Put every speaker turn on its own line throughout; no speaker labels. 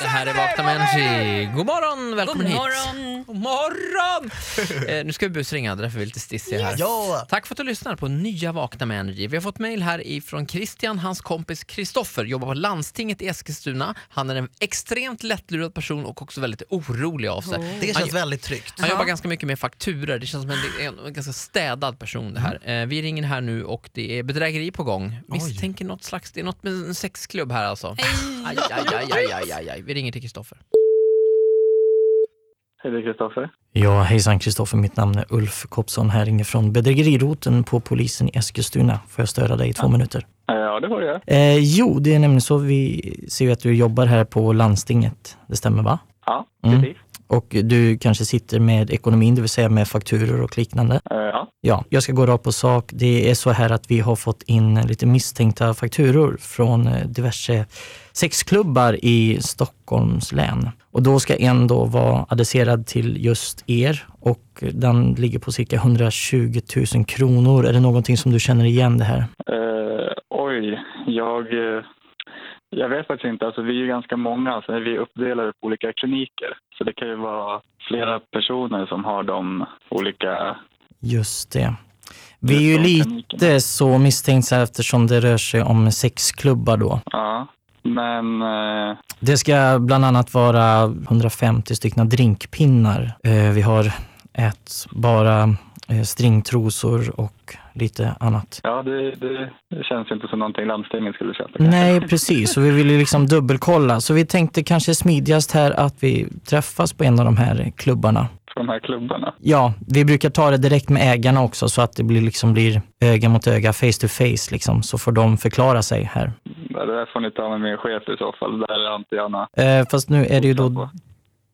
Det här är Vakna med Energy. God morgon, välkommen
God
hit. God morgon! eh, nu ska vi busringa, därför är vi lite stissiga här. Tack för att du lyssnar på nya Vakna med Energy. Vi har fått mejl här ifrån Christian, hans kompis Kristoffer, jobbar på landstinget i Eskilstuna. Han är en extremt lättlurad person och också väldigt orolig av sig.
Oh.
Det
Han-
känns väldigt tryggt.
han jobbar ganska mycket med fakturer. Det känns som en, en ganska städad person det här. Eh, vi ringer här nu och det är bedrägeri på gång. Misstänker något slags, det är något med en sexklubb här alltså. Aj, aj, aj, aj, aj, aj, aj. Vi ringer till Kristoffer.
Hej, det är Kristoffer.
Ja, hejsan Kristoffer, mitt namn är Ulf Kopsson här ringer från bedrägeriroten på polisen i Eskilstuna. Får jag störa dig i två minuter?
Eh, Ja, det får jag.
Eh, jo, det är nämligen så vi ser ju att du jobbar här på landstinget. Det stämmer va?
Ja,
Mm.
precis.
Och du kanske sitter med ekonomin, det vill säga med fakturor och liknande.
Eh, Ja,
Ja, jag ska gå rakt på sak. Det är så här att vi har fått in lite misstänkta fakturor från eh, diverse sexklubbar i Stockholms län. Och då ska en då vara adresserad till just er och den ligger på cirka 120 000 kronor. Är det någonting som du känner igen det här?
Eh, oj, jag, eh, jag vet faktiskt inte. Alltså, vi är ju ganska många, så vi är uppdelade på olika kliniker. Så det kan ju vara flera personer som har de olika...
Just det. Vi är ju lite så misstänkta eftersom det rör sig om sexklubbar då.
Ja. Men eh,
Det ska bland annat vara 150 stycken drinkpinnar. Eh, Vi har ätbara eh, stringtrosor och lite annat.
ja, det, det känns inte som någonting landstinget skulle köpa. kanske.
Nej, precis. Och vi vill ju liksom dubbelkolla. Så vi tänkte kanske smidigast här att vi träffas på en av de här klubbarna.
På de här klubbarna.
Ja, vi brukar ta det direkt med ägarna också så att det blir, liksom blir öga mot öga, face to face liksom. Så får de förklara sig här.
Det där får ni ta med min chef i så fall. Där är inte jag nå-
Eh, Fast nu är det ju då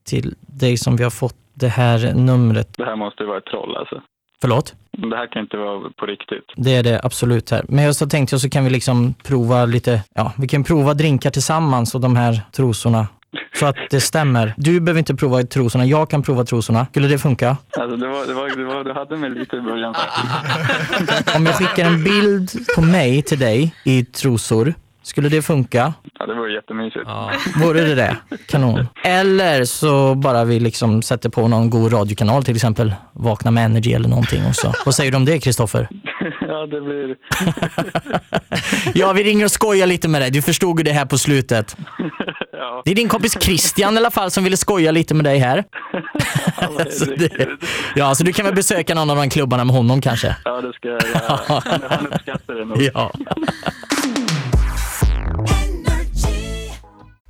till dig som vi har fått det här numret.
Det här måste ju vara ett troll alltså.
Förlåt?
Det här kan inte vara på riktigt.
Det är det absolut här. Men jag så tänkte jag så kan vi liksom prova lite, ja, vi kan prova drinkar tillsammans och de här trosorna. Så att det stämmer. Du behöver inte prova trosorna, jag kan prova trosorna. Skulle det funka?
Alltså, det var, det var, det var, du hade mig lite i början faktiskt.
Om jag skickar en bild på mig till dig i trosor, skulle det funka?
Ja, det var jättemysigt.
Ja.
Vore det det? Kanon. Eller så bara vi liksom sätter på någon god radiokanal, till exempel Vakna med Energy eller någonting också. Vad säger du om det, Kristoffer?
Ja, det blir...
Ja, vi ringer och skojar lite med dig. Du förstod ju det här på slutet.
Ja,
Det är din kompis Christian i alla fall som ville skoja lite med dig här.
ja, men
Så Alltså, det,
det,
ja, så du kan väl besöka någon av de klubbarna med honom kanske?
ja, det ska jag göra. Han- Han uppskattar det nog.
Ja.